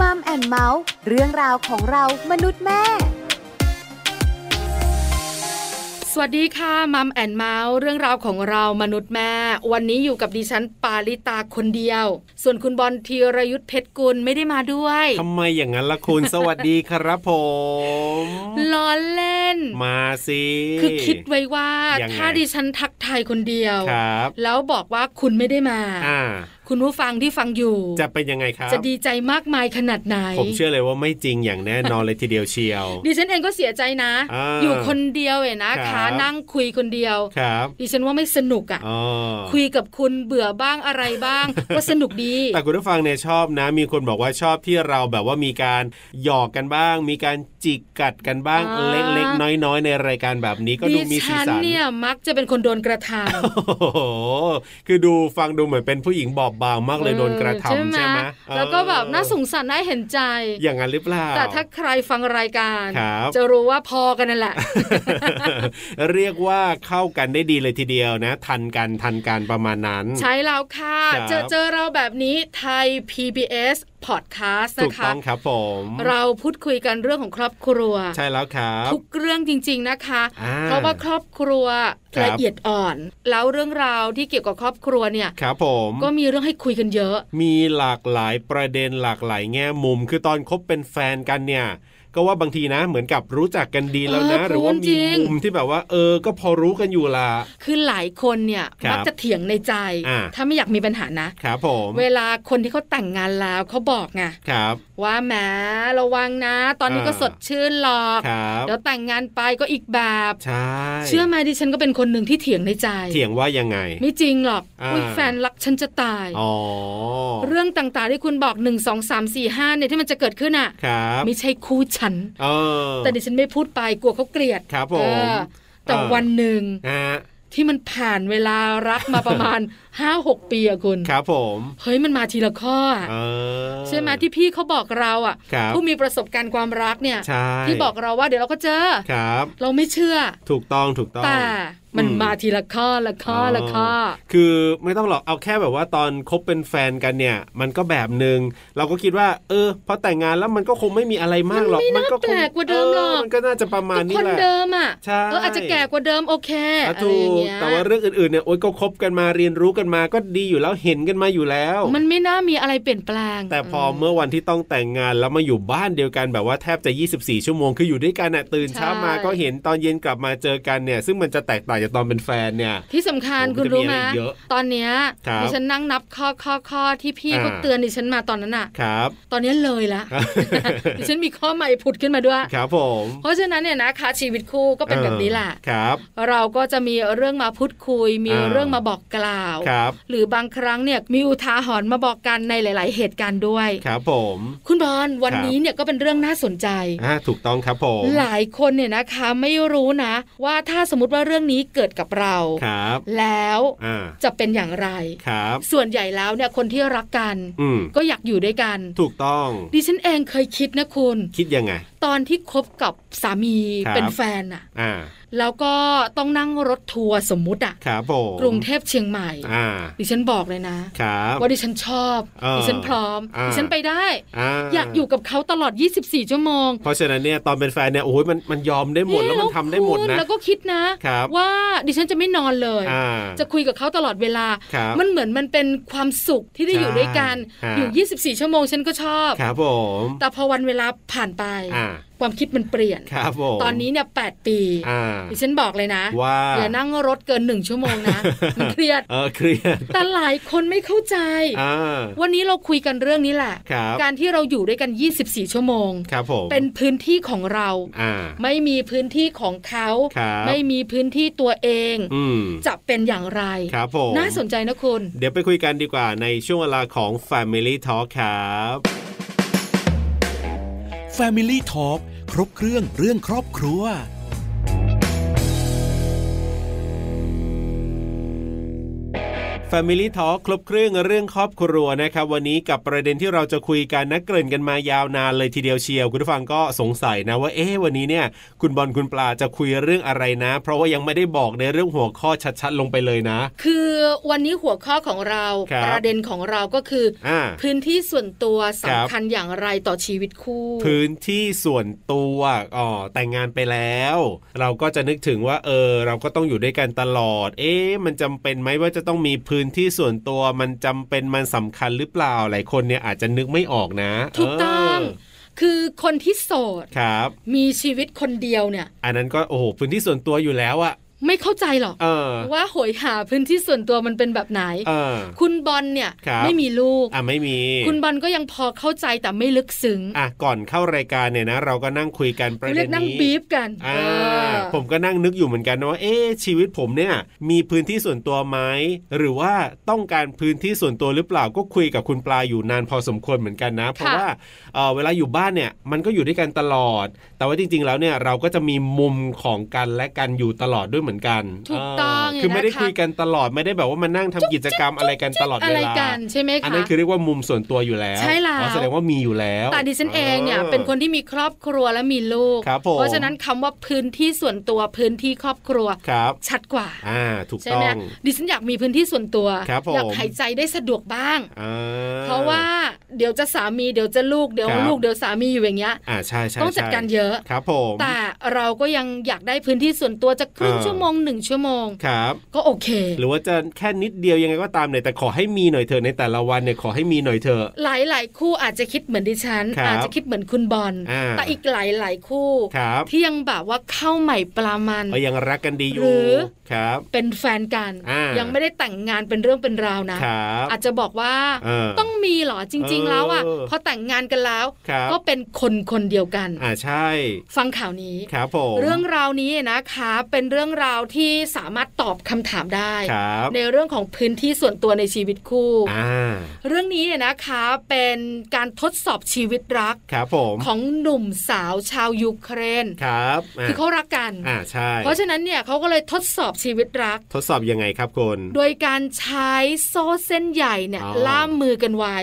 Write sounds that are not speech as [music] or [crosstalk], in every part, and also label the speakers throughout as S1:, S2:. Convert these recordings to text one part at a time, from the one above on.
S1: มัมแอนเมาส์เรื่องราวของเรามนุษย์แม่
S2: สวัสดีค่ะมัมแอนเมาส์เรื่องราวของเรามนุษย์แม่ วันนี้อยู่กับดิฉันปาลิตาคนเดียว ส่วนคุณบอลธีรยุทธเพชรกุลไม่ได้มาด้วย [laughs]
S3: ทำไมอย่างนั้นล่ะคุณ สวัสดีครับผม
S2: ล้อเล่น
S3: มาสิ
S2: คือคิดไว้ว่า
S3: ยังไง
S2: ถ้าดิฉันทักทายคนเดียว
S3: ครับ
S2: แล้วบอกว่าคุณไม่ได้มา
S3: อ่า
S2: คุณผู้ฟังที่ฟังอยู่
S3: จะเป็นยังไงครับ
S2: จะดีใจมากมายขนาดไหน
S3: ผมเชื่อเลยว่าไม่จริงอย่างแน่นอนเลยทีเดียวเชียว
S2: ดิฉันเองก็เสียใจนะ
S3: อ่า
S2: อยู่คนเดียวเองนะ
S3: ครั
S2: คะ
S3: บ
S2: นั่งคุยคนเดียว
S3: ครับ
S2: ดิฉันว่าไม่สนุกอ่ะ
S3: อ๋อ
S2: คุยกับคุณเบื่อบ้างอะไรบ้าง
S3: [laughs]
S2: ก็สนุกดี
S3: แต่คุณผู้ฟังเนี่ยชอบนะ มีคนบอกว่าชอบที่เราแบบว่ามีการหยอกกันบ้าง มีการจิกกัดกันบ้าง
S2: อ่า
S3: เล็กๆน้อยๆในรายการแบบนี้ก็ดูมีสี
S2: ฉัน
S3: สัน
S2: เนี่ยมักจะเป็นคนโดนกระทำ
S3: โอ้โหคือดูฟังดูเหมือนเป็นผู้หญิงบอบบางมากเลยโดนกระทำ
S2: เออ
S3: ใช่ไหม
S2: แล้วก็แบบน่าส
S3: ง
S2: งสารน่าเห็นใจ
S3: อย่างนั้นหรือเปล่า
S2: แต่ถ้าใครฟังรายการ
S3: ครับ
S2: จะรู้ว่าพอกันนั่นแหละ
S3: [laughs] เรียกว่าเข้ากันได้ดีเลยทีเดียวนะ ทันกันทันกันประมาณนั้น
S2: ใช้แล้วค่ะ
S3: ครับ
S2: เจอเจอเราแบบนี้ไทย PBS Podcast
S3: ถู
S2: นะ
S3: ก
S2: คะ
S3: ต้องครับผม
S2: เราพูดคุยกันเรื่องของครอบครัว
S3: ใช่แล้วครับ
S2: ทุกเรื่องจริงๆนะคะ
S3: อ่า
S2: เพราะว่าครอบครัว
S3: ครับ
S2: ละเอียดอ่อน แล้วเรื่องราวที่เกี่ยวกับครอบครัวเนี่ย
S3: ครับผม
S2: ก็มีเรื่องให้คุยกันเยอะ
S3: มีหลากหลายประเด็นหลากหลายแง่มุม คือตอนคบเป็นแฟนกันเนี่ย ก็ว่าบางทีนะ เหมือนกับรู้จักกันดีแล้วนะ
S2: เออ
S3: หรือว่า
S2: จริ
S3: มี
S2: ง
S3: มุมที่แบบว่า เออ ก็พอรู้กันอยู่ละ
S2: คือหลายคนเนี่ย
S3: ครับ
S2: มักจะเถียงในใจ
S3: อ่า
S2: ถ้าไม่อยากมีปัญหานะ
S3: ครับผม
S2: เวลาคนที่เขาแต่งงานแล้วเขาบอกไง
S3: ครับ
S2: ว่าแหมระวังนะ ตอนนี้ก็
S3: อ่า
S2: สดชื่นหรอก
S3: ครับ
S2: เดี๋ยวแต่งงานไปก็อีกแบบ
S3: ใช่
S2: เชื่อไหมดิฉันก็เป็นคนหนึ่งที่เถียงในใจ
S3: เถียงว่ายังไง
S2: ไม่จริงหรอก
S3: อ่า
S2: อุ้ยแฟนรักฉันจะตาย
S3: อ๋อ
S2: เรื่องต่างๆที่คุณบอก 1 2 3 4 5เนี่ยที่มันจะเกิดขึ้นอ่ะ
S3: ครับ
S2: ไม่ใช่คู่ฉัน
S3: เออ
S2: แต่ดิฉันไม่พูดไปกลัวเขาเกลียด
S3: ครับผม
S2: เออแต่
S3: อ่า
S2: วันหนึ่ง
S3: ฮะ
S2: ที่มันผ่านเวลารักมาประมาณ [laughs] 5-6 ปีอะคุณ
S3: ครับผม
S2: เฮ้ยมันมาทีละข้ออะ
S3: เออ
S2: ใช่ไหมที่พี่เขาบอกเราอะ
S3: ครับ
S2: ผู้มีประสบการณ์ความรักเนี่ย
S3: ใช่
S2: ที่บอกเราว่าเดี๋ยวเราก็เจอ
S3: ครับ
S2: เราไม่เชื่อ
S3: ถูกต้องถูกต้อง
S2: แต่มัน
S3: อืม
S2: มาทีละข้อละข้อละข้อ
S3: คือไม่ต้องหรอกเอาแค่แบบว่าตอนคบเป็นแฟนกันเนี่ย มันก็แบบหนึ่งเราก็คิดว่า เออพอแต่งงานแล้วมันก็คงไม่มีอะไรมากหรอก
S2: มันไม่น่า
S3: ก็คง
S2: แปลกกว่าเดิมหรอก
S3: มันก็น่าจะประมาณ
S2: ก็
S3: นี้
S2: คน
S3: แหละ
S2: เดิมอะ
S3: ใช่
S2: เอออาจจะแก่กว่าเดิมโอเค
S3: อ่ะ
S2: อะไร
S3: ถู
S2: อย่าง
S3: ก
S2: เงี้ย
S3: แต่ว่าเรื่องอื่นๆเนี่ยโอ๊ยก็คบกันมาเรียนรู้กันมาก็ดีอยู่แล้วเห็นกันมาอยู่แล้ว
S2: มันไม่น่ามีอะไรเปลี่ยนแปลง
S3: แต่พอเมื่อวันที่ต้องแต่งงานแล้วมาอยู่บ้านเดียวกันแบบว่าแทบจะ 24 ชั่วโมงคืออยู่ด้วยกันน่ะตื่นเช้ามาก็เห็นตอนเย็นกลับมาเจอกันเนี่ย ซึ่งมันจะแตกต่างจากตอนเป็นแฟนเนี่ย
S2: ที่สำคัญ
S3: โอ้
S2: คุณรู้ไหม
S3: มันจะมีอะไรเยอะ
S2: ตอนเนี้ย
S3: ครับ
S2: ดิฉันนั่งนับข้อข้อข้อที่พี่
S3: อ่า
S2: เขาเตือนดิฉันมาตอนนั้นอะ
S3: ครับ
S2: ตอนเนี้ยเลยละ
S3: ครับ
S2: ดิฉันมีข้อใหม่ผุดขึ้นมาด้วย
S3: ครับผม
S2: เพราะฉะนั้นเนี่ยนะคะชีวิตคู่ก็เป็นแบบนี้แหละ
S3: เออครับ
S2: เราก็จะมีเรื่องมาพูดคุย มี
S3: อ่า
S2: เรื่องมาบอกกล่าว
S3: ครับ
S2: หรือบางครั้งเนี่ยมีอุทาหรณ์มาบอกกันในหลาย ๆ เหตุการณ์ด้วย
S3: ครับผม
S2: คุณบอลวันนี้เนี่ยก็เป็นเรื่องน่าสนใจ
S3: อ่าถูกต้องครับผม
S2: หลายคนเนี่ยนะคะไม่รู้นะ ว่าถ้าสมมติว่าเรื่องนี้เกิดกับเรา
S3: ครับ
S2: แล้ว
S3: อ่า
S2: จะเป็นอย่างไร
S3: ครับ
S2: ส่วนใหญ่แล้วเนี่ยคนที่รักกัน
S3: อืม
S2: ก็อยากอยู่ด้วยกัน
S3: ถูกต้อง
S2: ดิฉันเองเคยคิดนะคุณ
S3: คิดยังไง
S2: ตอนที่คบกับสามี
S3: ครับ
S2: เป็นแฟนอะ
S3: อ่า
S2: แล้วก็ต้องนั่งรถทัวร์สมมุติอะ
S3: ครับผม
S2: กรุงเทพเชียงใหม่
S3: อ่า
S2: ดิฉันบอกเลยนะ
S3: ครับ
S2: ว่าดิฉันชอบ
S3: เออ
S2: ดิฉันพร้อม
S3: อ่า
S2: ดิฉันไปได้ อยากอยู่กับเขาตลอด 24 ชั่วโมง
S3: เพราะฉะนั้นเนี่ยตอนเป็นแฟนเนี่ยโอ้ยมันมันยอมได้หมดแล้วมันทำได้หมด
S2: เอ๊
S3: นะ
S2: แล้วก็คิดนะ
S3: ครับ
S2: ว่าดิฉันจะไม่นอนเลย
S3: อ่า
S2: จะคุยกับเขาตลอดเวลา
S3: ครับ
S2: มันเหมือนมันเป็นความสุขที่ได้อยู่ด้วยกัน
S3: ใช่ฮะ
S2: อยู่ 24 ชั่วโมงฉันก็ชอบ
S3: ครับผม
S2: แต่พอวันเวลาผ่านไป
S3: อ่า
S2: ความคิดมันเปลี่ยน
S3: ครับผม
S2: ตอนนี้เนี่ยแปี
S3: อ่า
S2: ดิฉันบอกเลยนะ
S3: ว่า
S2: อย่านั่งรถเกินหนึ่งชั่วโมงนะ
S3: [laughs]
S2: มันเครียด
S3: เออเครียด
S2: แต่หลายคนไม่เข้าใจ
S3: อ่า
S2: วันนี้เราคุยกันเรื่องนี้แหละ
S3: ครับ
S2: การที่เราอยู่ด้วยกัน 24 ชั่วโมง
S3: ครับผม
S2: เป็นพื้นที่ของเรา
S3: อ่า
S2: ไม่มีพื้นที่ของเขา
S3: ครับ
S2: ไม่มีพื้นที่ตัวเอง
S3: อืม
S2: จะเป็นอย่างไร
S3: ครับผม
S2: น่าสนใจนะคุณ
S3: เดี๋ยวไปคุยกันดีกว่าในช่วงเวลาของ Family Talk ครับ
S4: Family Talk ครบเครื่องเรื่องครอบครัว
S3: แฟ Family Talk ครบเครื่องเรื่องครอบครัวนะครับ วันนี้กับประเด็นที่เราจะคุยกันนะเกริ่นกันมายาวนานเลยทีเดียวเชียว คุณผู้ฟังก็สงสัยนะว่าเอ๊ะวันนี้เนี่ย คุณบอลคุณปลาจะคุยเรื่องอะไรนะ เพราะว่ายังไม่ได้บอกในเรื่องหัวข้อชัดๆ ลงไปเลยนะ
S2: คือวันนี้หัวข้อของเรา
S3: ครับ
S2: ประเด็นของเราก็คือ
S3: อ่า
S2: พื้นที่ส่วนตัว
S3: ครั
S2: สำ
S3: บ
S2: คัญอย่างไรต่อชีวิตคู่
S3: พื้นที่ส่วนตัวอ๋อแต่งงานไปแล้ว เราก็จะนึกถึงว่า เออ เราก็ต้องอยู่ด้วยกันตลอด เอ๊ะมันจำเป็นไหมว่าจะต้องมีพื้นที่ส่วนตัว มันจำเป็นมันสำคัญหรือเปล่า หลายคนเนี่ยอาจจะนึกไม่ออกนะ
S2: ถูกต้อง
S3: เ
S2: คือคนที่โสด
S3: ครับ
S2: มีชีวิตคนเดียวเนี่ย
S3: อันนั้นก็โอ้โหพื้นที่ส่วนตัวอยู่แล้วอะ
S2: ไม่เข้าใจหรอก
S3: เออ
S2: ว่าโหยหาพื้นที่ส่วนตัวมันเป็นแบบไหน
S3: เออ
S2: คุณบอลเนี่ย
S3: ครับ
S2: ไม่มีลูก
S3: อ่ะไม่มี
S2: คุณบอลก็ยังพอเข้าใจแต่ไม่ลึกซึ้ง
S3: อ่ะก่อนเข้ารายการเนี่ยนะ เราก็นั่งคุยกันประ
S2: เรี
S3: เด็
S2: ย
S3: น
S2: กนั่ง
S3: นี้
S2: บีฟกัน
S3: อ่า
S2: เออ
S3: ผมก็นั่งนึกอยู่เหมือนกันนะว่าเอ๊ะชีวิตผมเนี่ยมีพื้นที่ส่วนตัวไหมหรือว่าต้องการพื้นที่ส่วนตัวหรือเปล่าก็คุยกับคุณปลาอยู่นานพอสมควรเหมือนกันนะ เพราะว่าเอ่อเวลาอยู่บ้านเนี่ยมันก็อยู่ด้วยกันตลอด แต่ว่าจริง ๆ แล้วเนี่ยเราก็จะมีมุมของกันและกันอยู่ตลอดด้วยเหมือนกัน
S2: ถูกต้อง
S3: าคือไม่ได้
S2: นะะ
S3: คุยกันตลอดไม่ได้แบบว่ามานั่งทำกิจกรรมอะไรกันตลอด
S2: อะ
S3: เว
S2: ไร
S3: ลา
S2: กันใช่ไหม
S3: อัน
S2: คะ
S3: นั้นคือเรียกว่ามุมส่วนตัวอยู่แล้ว
S2: ใช่แล้ว
S3: อ๋อแสดงว่ามีอยู่แล้ว
S2: แต่ดิฉันเองเนี่ยเป็นคนที่มีครอบครัวและมีลูก
S3: ครับผม
S2: เพราะฉะนั้นคำว่าพื้นที่ส่วนตัวพื้นที่ครอบครัว
S3: ครับ
S2: ชัดกว่า
S3: อ่า ถูก
S2: ใช่
S3: ต้
S2: ไหม
S3: อง
S2: ดิฉันอยากมีพื้นที่ส่วนตัว
S3: ครับผม
S2: อยากหายใจได้สะดวกบ้าง
S3: อ่
S2: เพราะว่าเดี๋ยวจะสามีเดี๋ยวจะลูกเดี๋ยว
S3: ครับ
S2: ลูกเดี๋ยวสามีอยู่อย่างเงี้ย
S3: อ่าใช่ใช่
S2: ต้องจัด
S3: ใช่
S2: การเยอะ
S3: ครับผม
S2: แต่เราก็ยังอยากได้พื้นที่ส่วนตัวจะครึ่ง
S3: เออ
S2: ชั่วโมงหนึ่งชั่วโมง
S3: ครับ
S2: ก็โอเค
S3: หรือว่าจะแค่นิดเดียวยังไงก็ตามเนี่ยแต่ขอให้มีหน่อยเถอะในแต่ละวันเนี่ยขอให้มีหน่อยเถอะ
S2: หลายหลายๆคู่อาจจะคิดเหมือนดิฉัน
S3: ครับ
S2: อาจจะคิดเหมือนคุณบอล
S3: อ่า
S2: แต่อีกหลายหลายๆคู่
S3: ครับ
S2: ที่ยังแบบว่าเข้าใหม่ปลามัน
S3: ก็ยังรักกันดีอ
S2: หรื
S3: ยู่
S2: อ
S3: ครับ
S2: เป็นแฟนกัน
S3: อ่ายั
S2: ยังไม่ได้แต่งงานเป็นเรื่องเป็นราวนะ
S3: ครับ
S2: อาจจะบอกว่า
S3: เ
S2: ต้องมีเหรอจริง ๆ แล้วอ่ะ
S3: เออ
S2: พอแต่งงานกันแล้ว
S3: ครับ
S2: ก็เป็นคนคนเดียวกัน
S3: อ่าใช่
S2: ฟังข่าวนี้
S3: ครับผม
S2: เรื่องราวนี้นะคะ เป็นเรื่องราวที่สามารถตอบคำถามได้
S3: ครับ
S2: ในเรื่องของพื้นที่ส่วนตัวในชีวิตคู่
S3: อ่า
S2: เรื่องนี้เนี่ยนะคะเป็นการทดสอบชีวิตรัก
S3: ครับผม
S2: ของหนุ่มสาวชาวยูเครน
S3: ครับอ่า
S2: คือเขารักกัน
S3: อ่าใช่
S2: เพราะฉะนั้นเนี่ยเขาก็เลยทดสอบชีวิตรัก
S3: ทดสอบยังไงครับคุณ
S2: โดยการใช้โซ่เส้นใหญ่เนี่ย
S3: อ๋อ
S2: ล่ามมือกันไว้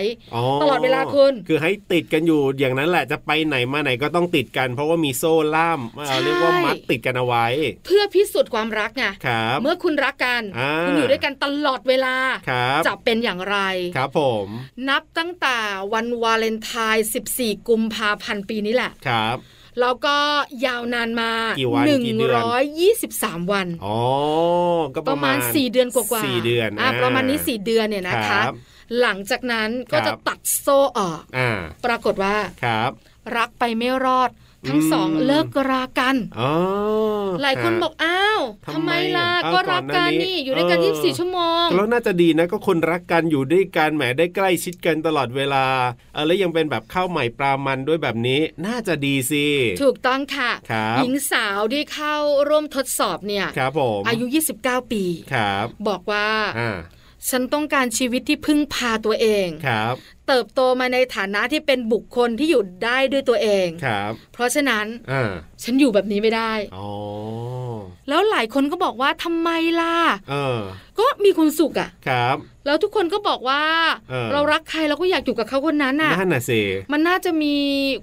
S2: ตลอดเวลาคุณ
S3: คือให้ติดกันอยู่อย่างนั้นแหละจะไปไหนมาไหนก็ต้องติดกัน เพราะว่ามีโซ่ล่ามเอ่อเรียกว่ามัดติดกันเอาไว้
S2: เพื่อพิสูจน์ความรักไง
S3: ครับ
S2: เมื่อคุณรักกัน
S3: อ่า
S2: คุณอยู่ด้วยกันตลอดเวลา
S3: ครับ
S2: จะเป็นอย่างไร
S3: ครับผม
S2: นับตั้งแต่วันวาเลนไทน์ 14 กุมภาพันธ์ปีนี้แหละ
S3: ครับ
S2: แล้วก็ยาวนานมา
S3: กี่วันกี่เดือน
S2: 123 วัน
S3: อ๋อก็
S2: ป
S3: ประ ระ
S2: มา
S3: มา
S2: ณ
S3: ณ
S2: 4 เดือนกว่าๆ
S3: สี่เดือน
S2: อ่ะ
S3: อ่
S2: ประมาณนี้ 4 เดือนเนี่ยนะคะ
S3: รับ
S2: หลังจากนั้นก็
S3: ครับ
S2: จะตัดโซ่ออก
S3: อ่า
S2: ปรากฏว่า
S3: ครับ
S2: รักไปไม่รอด ทั้ง
S3: อืม
S2: สองเลิกรากัน
S3: อ๋อ
S2: หลายคน
S3: ฮะ
S2: บอกอ้าว
S3: ทำไม
S2: ทำไมล่ะ
S3: อ่ะ
S2: ก็รักกัน
S3: ก่อนหน้านี้
S2: นี่อยู่ด้วยกัน
S3: เออ
S2: 24 ชั่วโมง
S3: แล้วน่าจะดีนะก็คนรักกันอยู่ด้วยกันแหมได้ใกล้ชิดกันตลอดเวลาเออแล้วยังเป็นแบบข้าวใหม่ปลามันด้วยแบบนี้ น่าจะดีสิ
S2: ถูกต้องค่ะ
S3: ครับ
S2: หญิงสาวที่เข้าร่วมทดสอบเนี่ย
S3: ครับผม
S2: อายุ 29 ปี
S3: ครับ
S2: บอกว่า
S3: อ่า
S2: ฉันต้องการชีวิตที่พึ่งพาตัวเอง
S3: ครับ
S2: เติบโตมาในฐานะที่เป็นบุคคลที่อยู่ได้ด้วยตัวเอง
S3: ครับ
S2: เพราะฉะนั้น
S3: อ่า
S2: ฉันอยู่แบบนี้ไม่ได้
S3: อ๋อ
S2: แล้วหลายคนก็บอกว่าทำไมล่ะ
S3: เออ
S2: ก็มีความสุขอะ
S3: ครับ
S2: แล้วทุกคนก็บอกว่า
S3: เออ
S2: เรารักใครเราก็อยากอยู่กับเขาคนนั้นน่ะ
S3: นั่นน่ะสิ
S2: มันน่าจะมี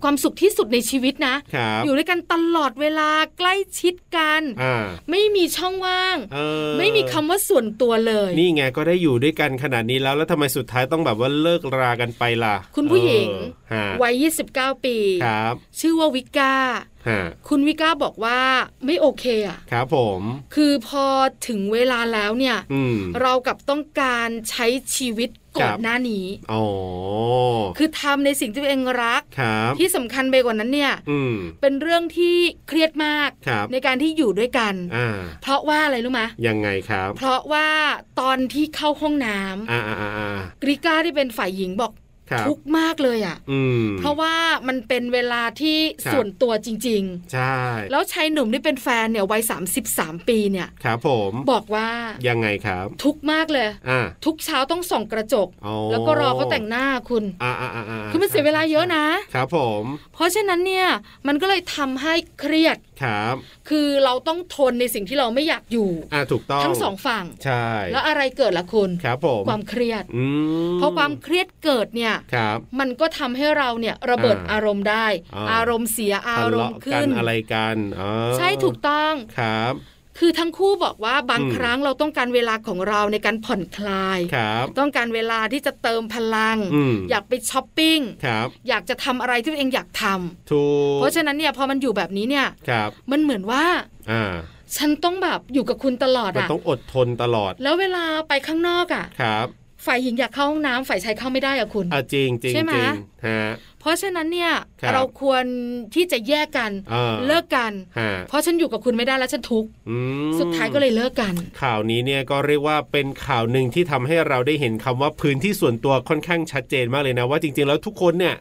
S2: ความสุขที่สุดในชีวิตนะ
S3: ครับ
S2: อยู่ด้วยกันตลอดเวลาใกล้ชิดกัน
S3: อ่า
S2: ไม่มีช่องว่าง
S3: เออ
S2: ไม่มีคำว่าส่วนตัวเลย
S3: นี่ไงก็ได้อยู่ด้วยกันขนาดนี้แล้ว แล้วทำไมสุดท้ายต้องแบบว่าเลิกรากันไปล่ะ
S2: คุณผู้หญิง
S3: เออฮะ
S2: วัย 29 ปี
S3: ครับ
S2: ชื่อว่าวิก้า
S3: ฮะ
S2: คุณวิก้าบอกว่าไม่โอเคอ่ะ
S3: ครับผม
S2: คือพอถึงเวลาแล้วเนี่ย
S3: อืม
S2: เรากับต้องการใช้ชีวิตก่อนหน้านี้
S3: อ๋อ
S2: คือทำในสิ่งที่ตัวเองรัก
S3: ครับ
S2: ที่สำคัญไปกว่านั้นเนี่ย
S3: อืม
S2: เป็นเรื่องที่เครียดมาก
S3: ครับ
S2: ในการที่อยู่ด้วยกัน
S3: อ่า
S2: เพราะว่าอะไรรู้ไหมย
S3: ยังไงครับ
S2: เพราะว่าตอนที่เข้าห้องน้ำ
S3: อ่าอ่าอ่าอ่า
S2: ริก้าที่เป็นฝ่ายหญิงบอก
S3: ครับ
S2: ทุกข์มากเลยอ่ะ
S3: อืม
S2: เพราะว่ามันเป็นเวลาที่
S3: ครับ
S2: ส่วนตัวจริง
S3: ใช่
S2: ๆ แล้วชายหนุ่มที่เป็นแฟนเนี่ยวัย33 ปีเนี่ย
S3: ครับผม
S2: บอกว่า
S3: ยังไงครับ
S2: ทุกข์มากเลย
S3: อ่า
S2: ทุกเช้าต้องส่องกระจก
S3: อ๋อ
S2: แล้วก็รอเขาแต่งหน้าคุณ
S3: อ่าอ่าอ่าา
S2: คือมันเสียเวลาเยอะนะ
S3: ครับผม
S2: เพราะฉะนั้นเนี่ยมันก็เลยทำให้เครียด
S3: ครับ
S2: คือเราต้องทนในสิ่งที่เราไม่อยากอยู่
S3: อ่าถูกต้อง
S2: ทั้งสองฝั่ง
S3: ใช่
S2: แล้วอะไรเกิดล่ะคุณ
S3: ครับผม
S2: ความเครียด
S3: อืม
S2: เพราะความเครียดเกิดเนี่ย
S3: ครับ
S2: มันก็ทำให้เราเนี่ยระเบิด
S3: อ่า
S2: อารมณ์ได้
S3: อ่า
S2: อารมณ์เสียอารมณ์
S3: ทะเลาะกั
S2: ขึ้
S3: น
S2: น
S3: อะไรกันอ๋อ
S2: ใช่ถูกต้อง
S3: ครับ
S2: คือทั้งคู่บอกว่าบาง
S3: อืม
S2: ครั้งเราต้องการเวลาของเราในการผ่อนคลาย
S3: ครับ
S2: ต้องการเวลาที่จะเติมพลัง
S3: อืม
S2: อยากไปช้อปปิ้ง
S3: ครับ
S2: อยากจะทำอะไรที่ตัวเองอยากทำ
S3: ถูก
S2: เพราะฉะนั้นเนี่ยพอมันอยู่แบบนี้เนี่ย
S3: ครับ
S2: มันเหมือนว่า
S3: อ่า
S2: ฉันต้องแบบอยู่กับคุณตลอด
S3: มัน
S2: อะ
S3: ต้องอดทนตลอด
S2: แล้วเวลาไปข้างนอกอะ
S3: ครับ
S2: ฝ่ายหญิงอยากเข้าห้องน้ำฝ่ายชายเข้าไม่ได้อะคุณ
S3: เอาจริงจริง
S2: ใช่ไหม
S3: จริงฮะ
S2: เพราะฉะนั้นเนี่ย
S3: ครับ
S2: เราควรที่จะแยกกัน
S3: อ่า
S2: เลิกกัน
S3: ฮะ
S2: เพราะฉันอยู่กับคุณไม่ได้แล้วฉันทุกข์
S3: อืม
S2: สุดท้ายก็เลยเลิกกัน
S3: ข่าวนี้เนี่ยก็เรียกว่าเป็นข่าวหนึ่งที่ทำให้เราได้เห็นคำว่าพื้นที่ส่วนตัวค่อนข้างชัดเจนมากเลยนะ ว่าจริงๆแล้วทุกคนเนี่ย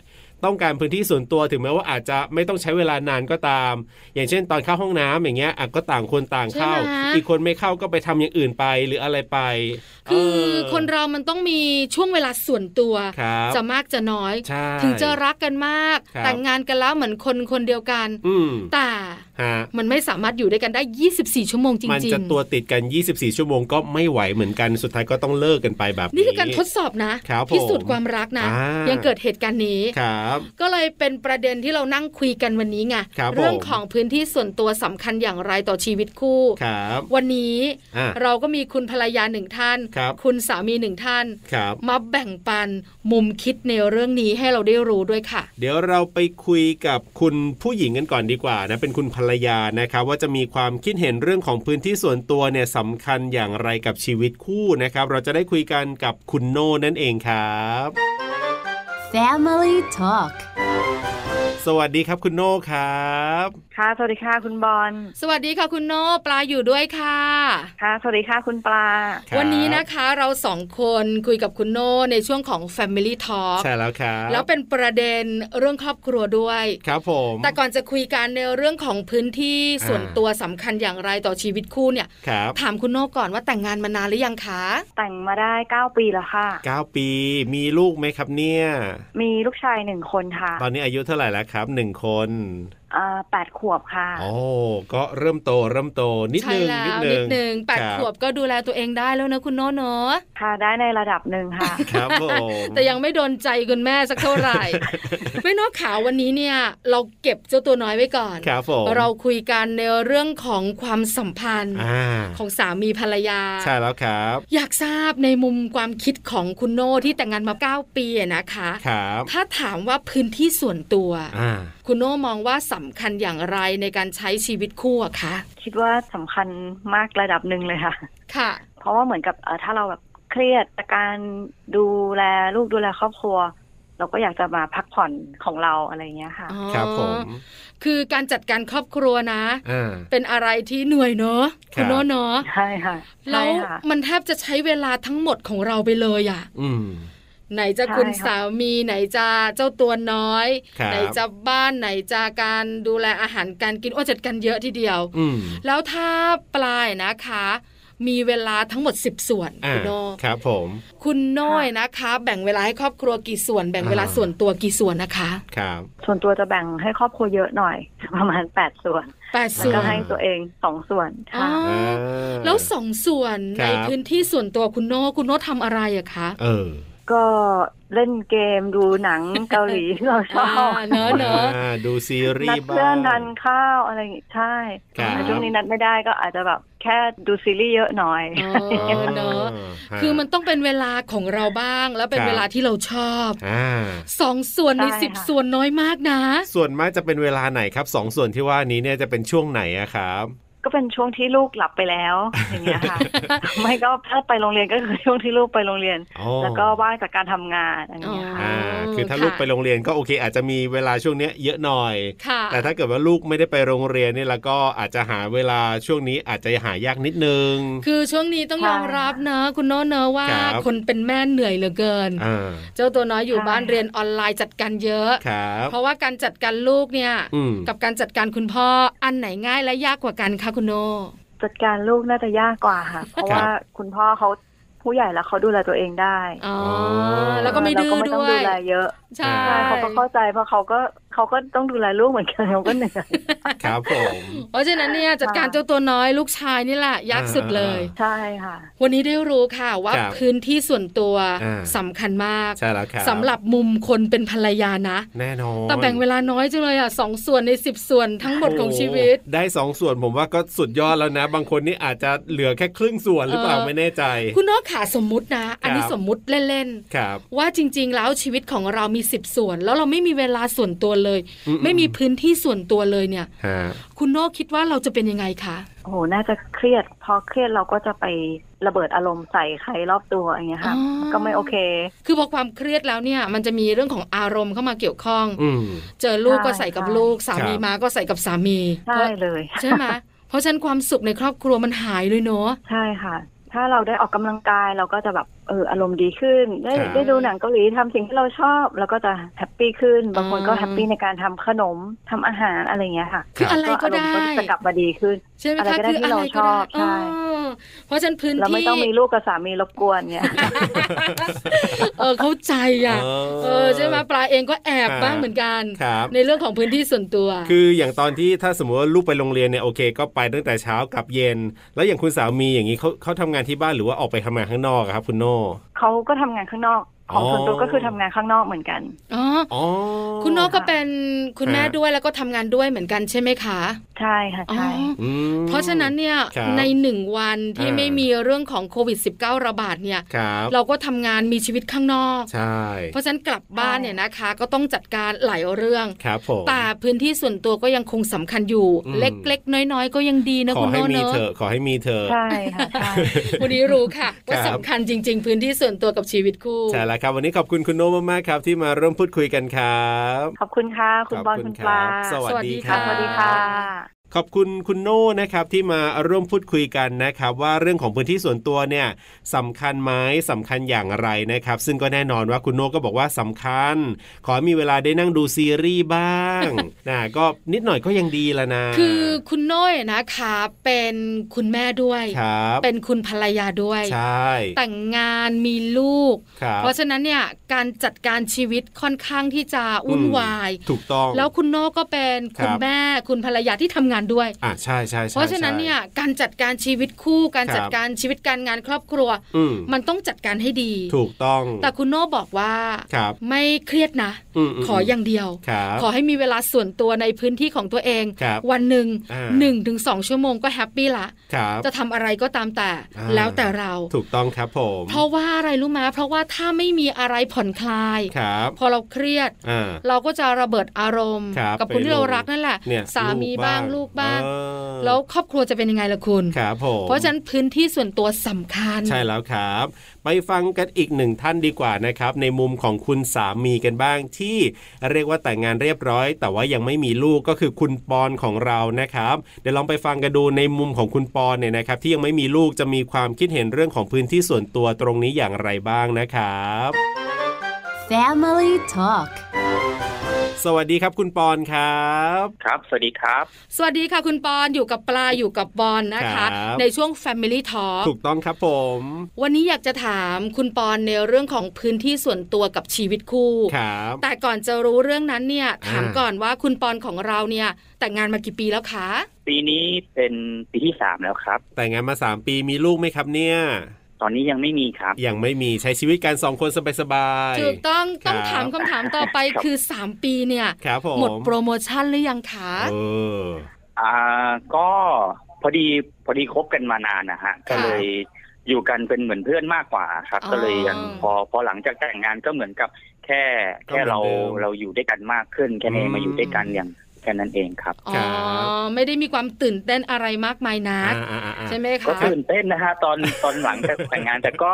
S3: ต้องการพื้นที่ส่วนตัวถึงแม้ว่าอาจจะไม่ต้องใช้เวลานานก็ตาม อย่างเช่น ตอนเข้าห้องน้ำอย่างเงี้ยอ่ะก็ต่างคนต่างเข้า
S2: ใช่ไหม
S3: อีกคนไม่เข้าก็ไปทำอย่างอื่นไปหรืออะไรไป
S2: คือ
S3: เ
S2: คนเรามันต้องมีช่วงเวลาส่วนตัว
S3: ครับ
S2: จะมากจะน้อย
S3: ใช่
S2: ถึงจะรักกันมาก
S3: ครับ
S2: แต่งงานกันแล้วเหมือนคนคนเดียวกัน
S3: อืม
S2: แต่
S3: ฮะ
S2: มันไม่สามารถอยู่ด้วยกันได้ 24 ชั่วโมงจริงๆ
S3: มันจะตัวติดกัน 24 ชั่วโมงก็ไม่ไหวเหมือนกันสุดท้ายก็ต้องเลิกกันไปแบบนี้
S2: นี่คือการทดสอบนะครับ
S3: ผม
S2: พิสูจน์ความรักนะ
S3: อ่ายั
S2: ยังเกิดเหตุการณ์นี้
S3: ครับ
S2: ก็เลยเป็นประเด็นที่เรานั่งคุยกันวันนี้ไง
S3: ครับ
S2: เรื่อง
S3: ผม
S2: ของพื้นที่ส่วนตัวสำคัญอย่างไรต่อชีวิตคู่
S3: ครับ
S2: วันนี้
S3: อ่ะ
S2: เราก็มีคุณภรรยาหนึ่งท่าน
S3: ครับ
S2: คุณสามีหนึ่งท่าน
S3: ครับ
S2: มาแบ่งปันมุมคิดในเรื่องนี้ให้เราได้รู้ด้วยค่ะ
S3: เดี๋ยวเราไปคุยกับคุณผู้หญิงกันก่อนดีกว่านะเป็นคุณภรรยานะครับว่าจะมีความคิดเห็นเรื่องของพื้นที่ส่วนตัวเนี่ยสำคัญอย่างไรกับชีวิตคู่นะครับ เราจะได้คุยกันกับคุณโน่นั่นเองครับ
S1: Family Talk
S3: สวัสดีครับคุณโน่ครับ
S5: ค่ะ สวัสดีค่ะ คุณบอล
S2: สวัสดีค่ะคุณโนปลาอยู่ด้วยค่ะ
S5: ค่ะ สวัสดีค่ะ คุณปลา
S3: ครับ
S2: วันนี้นะคะเราสองคนคุยกับคุณโนในช่วงของ Family Talk
S3: ใช่แล้วครับ
S2: แล้วเป็นประเด็นเรื่องครอบครัวด้วย
S3: ครับผม
S2: แต่ก่อนจะคุยกันในเรื่องของพื้นที่
S3: อ่า
S2: ส่วนตัวสำคัญอย่างไรต่อชีวิตคู่เนี่ย
S3: ครับ
S2: ถามคุณโน่ก่อนว่าแต่งงานมานานหรือยังคะ
S5: แต่งมาได้เก้าปีแล้วค่ะ
S3: เก้าปีมีลูกไหมครับเนี่ย
S5: มีลูกชายหนึ่งคนค่ะ
S3: ตอนนี้อายุเท่าไหร่แล้วครับหนึ่งคน
S5: อ่าแปดขวบค่ะ
S3: โอ้ก็เริ่มโตเริ่มโตนิด
S2: ใช่
S3: นึง
S2: แล้
S3: นิด
S2: ว
S3: นึ
S2: นิ
S3: ง
S2: ดนึงแปด
S3: ครับ
S2: ขวบก็ดูแลตัวเองได้แล้วนะคุณโน่เนอะ
S5: ค่ะ ได้ในระดับหนึ่ง
S3: [laughs]
S5: ค่ะ
S3: ครับผม
S2: แต่ยังไม่โดนใจคุณแม่สักเท่าไหร่ [laughs] ไม่นอกขาววันนี้เนี่ย เราเก็บเจ้าตัวน้อยไว้ก่อน
S3: ครับผม
S2: เราคุยกันในเรื่องของความสัมพันธ์
S3: อ่า
S2: ของสามีภรรยา
S3: ใช่แล้วครับ
S2: อยากทราบในมุมความคิดของคุณโน่ที่แต่งงานมา 9 ปีอะนะคะ
S3: ครับ
S2: ถ้าถามว่าพื้นที่ส่วนตัว
S3: อ่า
S2: คุณโน่มองว่าสำคัญอย่างไรในการใช้ชีวิตคู่อะคะ
S5: คิดว่าสำคัญมากระดับหนึ่งเลยค่ะ
S2: ค่ะ
S5: เพราะว่าเหมือนกับเอ่อถ้าเราแบบเครียดจากการดูแลลูกดูแลครอบครัว เราก็อยากจะมาพักผ่อนของเราอะไรอย่างเงี้ยค่ะ
S2: อ๋อ
S3: ครับผม
S2: คือการจัดการครอบครัวนะ
S3: อ่า
S2: เป็นอะไรที่เหนื่อยเนอะ
S3: ครับ
S2: คุณโน่เนอะ
S5: ใช่ค่ะ
S2: แล้
S5: ใช่
S2: ว
S5: ค่ะ
S2: มันแทบจะใช้เวลาทั้งหมดของเราไปเลยอะ
S3: อืม
S2: ไหนจะคุณ
S5: ใช่ค่ะ
S2: สามีไหนจะเจ้าตัวน้อย
S3: ครับ
S2: ไหนจะบ้านไหนจะการดูแลอาหารการกินโอ้จัดการเยอะทีเดียว
S3: อืม
S2: แล้วถ้าปลายนะคะ มีเวลาทั้งหมด 10 ส่วน
S3: อ่า
S2: คุณโน่
S3: ครับผม
S2: คุณโน่นะคะ แบ่งเวลาให้ครอบครัวกี่ส่วน แบ่งเวลา
S3: อ่า
S2: ส่วนตัวกี่ส่วนนะคะ
S3: ครับ
S5: ส่วนตัวจะแบ่งให้ครอบครัวเยอะหน่อย [laughs] ประมาณแปดส่วน
S2: แปด
S5: แล้ว
S2: ส่ว
S5: ก็
S2: น
S5: ให้ตัวเองสองส่วน
S2: อ๋อ
S5: ค่ะ
S3: อ่า
S2: แล้วสองส่วน
S3: ครับ
S2: ในพื้นที่ส่วนตัวคุณโน่คุณโน่ทำอะไรอะคะ
S3: เออ
S5: ก็เล่นเกมดูหนังเกาหลี ที่เราชอบ
S2: าเนอะเนอะ
S3: าดูซีรี
S5: นัด
S3: ส์บ้าง
S5: เพื่อนทานข้าวอะไรอย่างงี้ใช่
S3: ครับ
S5: แต่ช่วงนี้นัดไม่ได้ก็อาจจะแบบแค่ดูซีรีส์เยอะหน่อย
S2: เอ
S3: อ๋
S2: อเนอะ
S3: ฮะ
S2: คือมันต้องเป็นเวลาของเราบ้าง แล้วเป็น
S3: ครับ
S2: เวลาที่เราชอบ
S3: อ่า
S2: สองส่วนใน
S5: ใช่
S2: สิบ
S5: ค่ะ
S2: ส่วนน้อยมากนะ
S3: ส่วนมากจะเป็นเวลาไหนครับสองส่วนที่ว่านี้เนี่ยจะเป็นช่วงไหนอะครับ
S5: ก็เป็นช่วงที่ลูกหลับไปแล้ว [laughs] อย่างเงี้ย
S2: [laughs]
S5: ค่ะ ไม่ก็ถ้าไปโรงเรียนก็คือช่วงที่ลูกไปโรงเรียน
S3: อ๋อ
S5: แล้วก็ว่างจากการทำงานอย่างเงี้ยค่ะ
S3: อ่าคือถ้าลูกไปโรงเรียนก็โอเค อาจจะมีเวลาช่วงเนี้ยเยอะหน่อย
S2: ค่ะ
S3: แต่ถ้าเกิดว่าลูกไม่ได้ไปโรงเรียนเนี่ยแล้วก็อาจจะหาเวลาช่วงนี้อาจจะหายากนิดนึง
S2: คือช่วงนี้ต้องยอมรับเนอะคุณโน้เนอะว่า
S3: ครับ
S2: คนเป็นแม่เหนื่อยเหลือเกิน
S3: อ่า
S2: เจ้าตัวน้อยอยู่
S5: ใช่
S2: บ้านเรียนออนไลน์จัดการเยอะ
S3: ครับ
S2: เพราะว่าการจัดการลูกเนี่ย
S3: อืม
S2: กับการจัดการคุณพ่ออันไหนง่ายและยากกว่ากันคะคุณโน
S5: จัดการลูกน่าจะยากกว่าค่ะ เพราะว่าคุณพ่อเขาผู้ใหญ่แล้วเขาดูแลตัวเองได้
S2: อ๋อ
S3: อ
S2: แล้วก็ไม่ดื้อ
S5: เราก็ไม่ต้
S2: ด้
S5: อง
S2: ว
S5: ดู
S2: ย
S5: แลเยอะ
S2: ใช่
S5: ใช่เขาก็เข้าใจเพราะเขาก็เขาก็ต้องดูแลลูกเหมือนกันเขาก็เหนื่อย
S3: ครับผม
S2: เพราะฉะนั้นเนี่ยจัดการเจ้าตัวน้อยลูกชายนี่แหละยากสุดเลย
S5: ใช่ค่ะ
S2: วันนี้ได้รู้ค่ะว่า
S3: ครับ
S2: พื้นที่ส่วนตัว
S3: อ่า
S2: สำคัญมาก
S3: ใช่แล้วครับ
S2: สำหรับมุมคนเป็นภรรยานะ
S3: แน่นอน
S2: แต่แบ่งเวลาน้อยจังเลยอ่ะสองส่วนในสิบส่วนทั้งหมดของชีวิต
S3: โอ้ได้สองส่วนผมว่าก็สุดยอดแล้วนะ บางคนนี่อาจจะเหลือแค่ครึ่งส่วนหรือเปล่า
S2: เออ
S3: ไม่แน่ใจ
S2: คุณโนขาสมมุตินะ อันนี้
S3: ครับ
S2: สมมุติเล่น
S3: ครับ
S2: ๆว่าจริง ๆ แล้วชีวิตของเรามีสิบส่วน แล้วเราไม่มีเวลาส่วนตัวเลย
S3: อืม
S2: ไม่มีพื้นที่ส่วนตัวเลยเนี่ย
S3: ฮะ
S2: คุณโนคิดว่าเราจะเป็นยังไงคะ
S5: โอ้โห น่าจะเครียด พอเครียดเราก็จะไประเบิดอารมณ์ใส่ใครรอบตัวอย่างเงี้ยค่ะ
S2: อ๋อ
S5: ก็ไม่โอเค
S2: คือพอความเครียดแล้วเนี่ยมันจะมีเรื่องของอารมณ์เข้ามาเกี่ยวข้อง
S3: อืม
S2: เจอลูกก็
S5: ใช่
S2: ใส่กับ
S5: ค่ะ
S2: ลูกสามี
S3: ครับ
S2: มาก็ใส่กับสามี
S5: ใช่เลย
S2: ใช่ไหมเพราะฉะนั้นความสุขในครอบครัวมันหายเลยเนาะ
S5: ใช่ค่ะ ถ้าเราได้ออกกำลังกายเราก็จะแบบเอออารมณ์ดีขึ้น ได้
S3: ครับ
S5: ได้ดูหนังเกาหลีทำสิ่งที่เราชอบเราก็จะแฮปปี้ขึ้น บางคนก็
S2: อืม
S5: แฮปปี้ในการทำขนมทำอาหารอะไรอย่างเงี้ยค่ะ
S2: คืออะไรก็
S5: อารม
S2: ได้
S5: ณ์ก็จะกลับมาดีขึ้น
S2: ใช่ไหม
S5: อะไร
S2: คะ
S5: ก็ได้
S2: คือ
S5: ที่
S2: อะไร
S5: เรา
S2: ก็ได้
S5: ชอบใช่
S2: เออเพราะฉะนั้นพื้น
S5: เราไม่
S2: ที่
S5: ต้องมีลูกกับสามีรบกวนเนี่ย
S2: [laughs] เออเข้าใจอ่ะ
S3: เออ
S2: เออใช่ไหมปลาเองก็แอบบ้างเหมือนกัน
S3: ครับ
S2: ในเรื่องของพื้นที่ส่วนตัว
S3: คืออย่างตอนที่ถ้าสมมติว่าลูกไปโรงเรียนเนี่ยโอเค ก็ไปตั้งแต่เช้ากลับเย็น แล้วอย่างคุณสามีอย่างนี้เขาเขาทำงานที่บ้านหรือว่าออกไปทำงานข้างนอกอะครับ คุณโน่
S5: เขาก็ทำงานข้างนอกของส่วนตัว
S3: อ๋อ
S5: ก็คือทำงานข้างนอกเหมือนกัน
S2: อ๋อ
S3: อ๋อ
S2: คุณโนก็เป็นคุณแม่
S3: ฮะ
S2: ด้วยแล้วก็ทำงานด้วยเหมือนกันใช่ไหมคะ
S5: ใช่ค่ะ
S2: อ๋อ
S5: ใช่
S3: อืม
S2: เพราะฉะนั้นเนี่ย
S3: ครับ
S2: ในหนึ่งวันที่
S3: อ่า
S2: ไม่มีเรื่องของโควิด -19 ระบาดเนี่ย
S3: ครับ
S2: เราก็ทำงานมีชีวิตข้างนอก
S3: ใช่
S2: เพราะฉะนั้นกลับบ้าน
S5: ใช่
S2: เนี่ยนะคะ ก็ต้องจัดการหลายเรื่อง
S3: ครับผม
S2: แต่พื้นที่ส่วนตัวก็ยังคงสำคัญอยู่
S3: อืม
S2: เล็ก ๆ น้อย ๆ ก็ยังดีนะ
S3: ข
S2: คุ
S3: อ
S2: ณโน
S3: ให้มี
S2: เนอะ
S3: เถอะขอให้มีเถอะ
S5: ใช่ค่ะใช่
S2: วันนี้รู้ค่ะ ว่า
S3: ครับ
S2: สำคัญจริง ๆ พื้นที่ส่วนตัวกับชีวิตคู่
S3: ใช่แล้วครับ วันนี้ขอบคุณคุณโน่มากๆครับ ที่มาร่วมพูดคุยกันครับ
S5: ขอบคุณค่ะ คุณบอล
S3: ขอบ
S5: คุณ
S3: ค
S5: ปลา
S3: รับสวัสดีค
S5: ค่ะ
S3: รับ
S5: สวัสดีค่ะ
S3: ขอบคุณคุณโน่นะครับที่มาร่วมพูดคุยกันนะครับ ว่าเรื่องของพื้นที่ส่วนตัวเนี่ยสำคัญไหมสำคัญอย่างไรนะครับ ซึ่งก็แน่นอนว่าคุณโน่ก็บอกว่าสำคัญ ขอให้มีเวลาได้นั่งดูซีรีส์บ้าง [laughs] นะก็นิดหน่อยก็ยังดีละนะ
S2: คือคุณโน้ยนะคะเป็นคุณแม่ด้วย
S3: ครับ
S2: เป็นคุณภรรยาด้วย
S3: ใช่
S2: แต่งงานมีลูก
S3: ครับ
S2: เพราะฉะนั้นเนี่ยการจัดการชีวิตค่อนข้างที่จะวุ่นวาย
S3: ถูกต้อง
S2: แล้วคุณโน่ก็เป็น
S3: ครับ
S2: คุณแม่คุณภรรยาที่ทำงานด้วย
S3: อ่ะใช่ใช่ใช่
S2: เพราะฉะนั้น
S3: ใช่
S2: เนี่ยการจัดการชีวิตคู่การ
S3: ครับ
S2: จัดการชีวิตการงานครอบครัว
S3: อืม
S2: มันต้องจัดการให้ดี
S3: ถูกต้อง
S2: แต่คุณโน่บอกว่า
S3: ครับ
S2: ไม่เครียดนะ
S3: ม
S2: ขออย่างเดียว
S3: ครับ
S2: ขอให้มีเวลาส่วนตัวในพื้นที่ของตัวเอง
S3: ครับ
S2: วันหนึ่ง
S3: อ่า
S2: หนึ่งถึงสองชั่วโมงก็แฮปปี้ละ
S3: ครับ
S2: จะทำอะไรก็ตามแต่
S3: อ่า
S2: แล้วแต่เรา
S3: ถูกต้องครับผม
S2: เพราะว่าอะไรรู้ไหมเพราะว่าถ้าไม่มีอะไรผ่อนคลาย
S3: ครับ
S2: พอเราเครียด
S3: อ่า
S2: เราก็จะระเบิดอารมณ์
S3: ครับ
S2: กับคน
S3: ไป
S2: ที่เรา
S3: ลง
S2: รักนั่นแหละ
S3: เนี่ย
S2: สามีบ้างลูกบ้าง
S3: เออ
S2: แล้วครอบครัวจะเป็นยังไงล่ะคุณ
S3: ครับผม
S2: เพราะฉะนั้นพื้นที่ส่วนตัวสำคัญ
S3: ใช่แล้วครับ ไปฟังกันอีกหนึ่งท่านดีกว่านะครับ ในมุมของคุณสามีกันบ้างที่เรียกว่าแต่งงานเรียบร้อย แต่ว่ายังไม่มีลูกก็คือคุณปอนของเรานะครับ เดี๋ยวลองไปฟังกันดูในมุมของคุณปอนเนี่ยนะครับ ที่ยังไม่มีลูกจะมีความคิดเห็นเรื่องของพื้นที่ส่วนตัวตรงนี้อย่างไรบ้างนะครับ
S1: Family Talk
S3: สวัสดีครับคุณปอนครับ
S6: ครับ สวัสดีครับ
S2: สวัสดีค่ะคุณปอนอยู่กับปลาอยู่กับบอลนะคะ
S3: ครับ
S2: ในช่วง Family Talk
S3: ถูกต้องครับผม
S2: วันนี้อยากจะถามคุณปอนในเรื่องของพื้นที่ส่วนตัวกับชีวิตคู่
S3: ครับ
S2: แต่ก่อนจะรู้เรื่องนั้นเนี่ยถาม
S3: อ่า
S2: ก่อนว่าคุณปอนของเราเนี่ยแต่งงานมากี่ปีแล้วคะ
S6: ปีนี้เป็นปีที่สามแล้วครับ
S3: แต่งงานมา 3 ปีมีลูกไหมครับเนี่ย
S6: ตอนนี้ยังไม่มีครับ
S3: ยังไม่มีใช้ชีวิตกันสองคนสบาย
S2: ถูกต้อง
S3: ครับ
S2: ต้องถามคำถามต่อไป
S6: ครับ
S2: คือ [laughs] 3 ปีเนี่ย
S3: ๆครับผม
S2: หมดโปรโมชั่นหรือยังคะ
S3: เออ
S6: อ่าก็พอดีพอดีคบกันมานานนะฮะ ก็เลยอยู่กันเป็นเหมือนเพื่อนมากกว่าครับ
S2: อ๋อ
S6: ก็เลยยังพอพอหลังจากแต่งงานก็เหมือนกับแค่
S3: ก็
S6: แค่
S3: เหมือน
S6: เรา
S3: เดิม
S6: เราอยู่ด้วยกันมากขึ้น แค่นี้
S3: อืม
S6: มาอยู่ด้วยกันอย่าง แค่นั้นเองครับ
S2: อ๋อ
S3: ครับ
S2: ไม่ได้มีความตื่นเต้นอะไรมากมายนัก
S3: อ่าอ่าอ่า
S2: ใช่ไหม
S6: ก็
S2: คะ
S6: ตื่นเต้นนะฮะตอนตอนหลังจะแต่งงานแต่ก็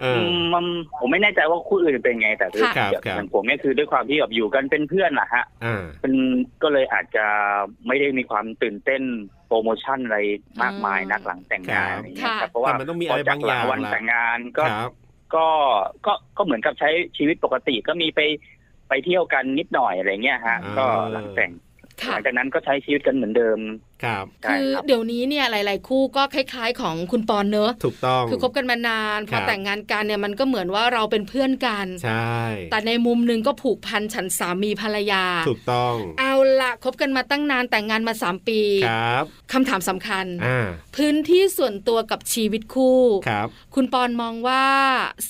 S3: เออ [laughs]
S6: มมันผมไม่แน่ใจว่าคู่อื่นเป็นไงแต่คือ
S3: ครับ
S6: อย่าง
S3: ครับ
S6: อย่างผมเนี่ยคือด้วยความที่แบบอยู่กันเป็นเพื่อนแหละฮะ
S3: อ่า
S6: เป็นก็เลยอาจจะไม่ได้มีความตื่นเต้นโปรโมชั่นอะไรมากมายนักหลังแต่งงา
S3: ค
S6: น
S3: รับ
S6: อะไรอย่างเงี้ยค
S2: ค่ะ
S6: รับเพราะว่า
S3: แต่มันต้องมีอะไรบางอย่าง
S6: พจกหลัวัน
S3: ละ
S6: แต่งงาน
S3: ค
S6: ก็
S3: รับ
S6: ก็ก็ก็เหมือนกับใช้ชีวิตปกติก็มีไปไปเที่ยวกันนิดหน่อยอะไรเงี้ยฮะ ก็หลังแต่งห
S2: ค่ะ
S6: ลังจากนั้นก็ใช้ชีวิตกันเหมือนเดิม
S3: ครับ
S6: ใช่
S2: คือ
S6: ครับ
S2: เดี๋ยวนี้เนี่ยหลาย ๆ คู่ก็คล้าย ๆ ของคุณปอนเนอะ
S3: ถูกต้อง
S2: คือคบกันมานานพ
S3: ครั
S2: อบ แต่งงานกันเนี่ยมันก็เหมือนว่าเราเป็นเพื่อนกัน
S3: ใช่
S2: แต่ในมุมหนึ่งก็ผูกพันฉันสามีภรรยา
S3: ถูกต้อง
S2: เอาละคบกันมาตั้งนานแต่งงานมา 3 ปี
S3: ครับ
S2: คำถามสำคัญ
S3: อ่า
S2: พื้นที่ส่วนตัวกับชีวิตคู่
S3: ครับ
S2: คุณปอนมองว่า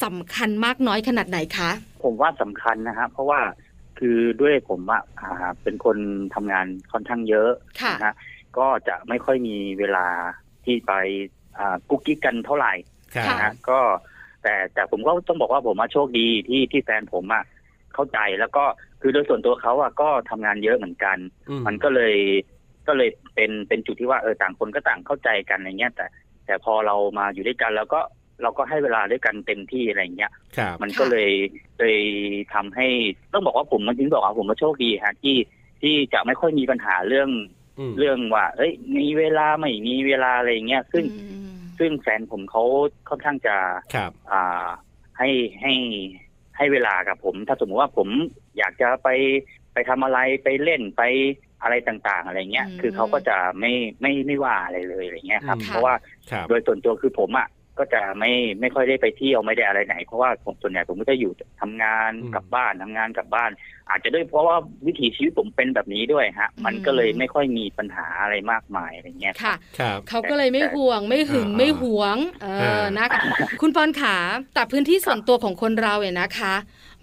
S2: สำคัญมากน้อยขนาดไหนคะ
S6: ผมว่าสำคัญนะฮะเพราะว่าคือด้วยผมอะอ่าเป็นคนทำงานค่อนข้างเยอะ
S2: ค่ะ
S6: นะฮะก็จะไม่ค่อยมีเวลาที่ไปอ่ากุ๊กกิ๊กกันเท่าไหร่
S3: ครั
S6: นะ
S3: บ
S6: ฮะก็ แต่แต่ผมก็ต้องบอกว่าผมอะโชคดีที่ที่แฟนผมอะเข้าใจแล้วก็คือโดยส่วนตัวเขาอะก็ทำงานเยอะเหมือนกัน
S3: อื
S6: มันก็เลยก็เลยเป็นเป็นจุดที่ว่าเออต่างคนก็ต่างเข้าใจกันอะไรเงี้ยแต่ แต่พอเรามาอยู่ด้วยกันแล้วก็เราก็ให้เวลาด้วยกันเต็มที่อะไรเงี้ย
S3: ครับ
S6: มันก็
S2: ค่ะ
S6: เลยเลยทำให้ต้องบอกว่าผมมันถึงบอกว่าผมมาโชคดีฮะที่ที่จะไม่ค่อยมีปัญหาเรื่อง
S3: ม
S6: เรื่องว่าเอ้ยมีเวลาไม่มีเวลาอะไรเงี้ยซึ่ง
S2: อืม
S6: ซึ่งแฟนผมเขาค่อนข้างจะ
S3: ครับ
S6: อ่าให้ให้ให้เวลากับผม ถ้าสมมติว่าผมอยากจะไปไปทำอะไรไปเล่นไปอะไรต่าง ๆ อะไรเงี้ย
S2: อืม
S6: คือเขาก็จะไม่ไม่ไม่ว่าอะไรเลยอะไรเงี้ยครับ
S2: อืม
S6: เพราะว่า
S3: ครับ
S6: โดยส่วนตัวคือผมอ่ะก็จะไม่ไม่ค่อยได้ไปเที่ยวไม่ได้อะไรไหน เพราะว่าผมส่วนใหญ่ผมก็จะอยู่ทำงานกลับบ้านทำงานกลับบ้าน อาจจะด้วยเพราะว่าวิถีชีวิตผมเป็นแบบนี้ด้วยฮะ มันก็เลยไม่ค่อยมีปัญหาอะไรมากมายอะไรเงี้ย
S2: ค่ะ
S3: ครับ
S2: เขาก็เลยไม่ห่วงไม่หึง
S3: อ่า
S2: ไม่หวง เอ
S3: อ่
S2: อา นะคะคุณปอนขาแต่พื้นที่ส่วนตัวของคนเราเนี่ยนะคะ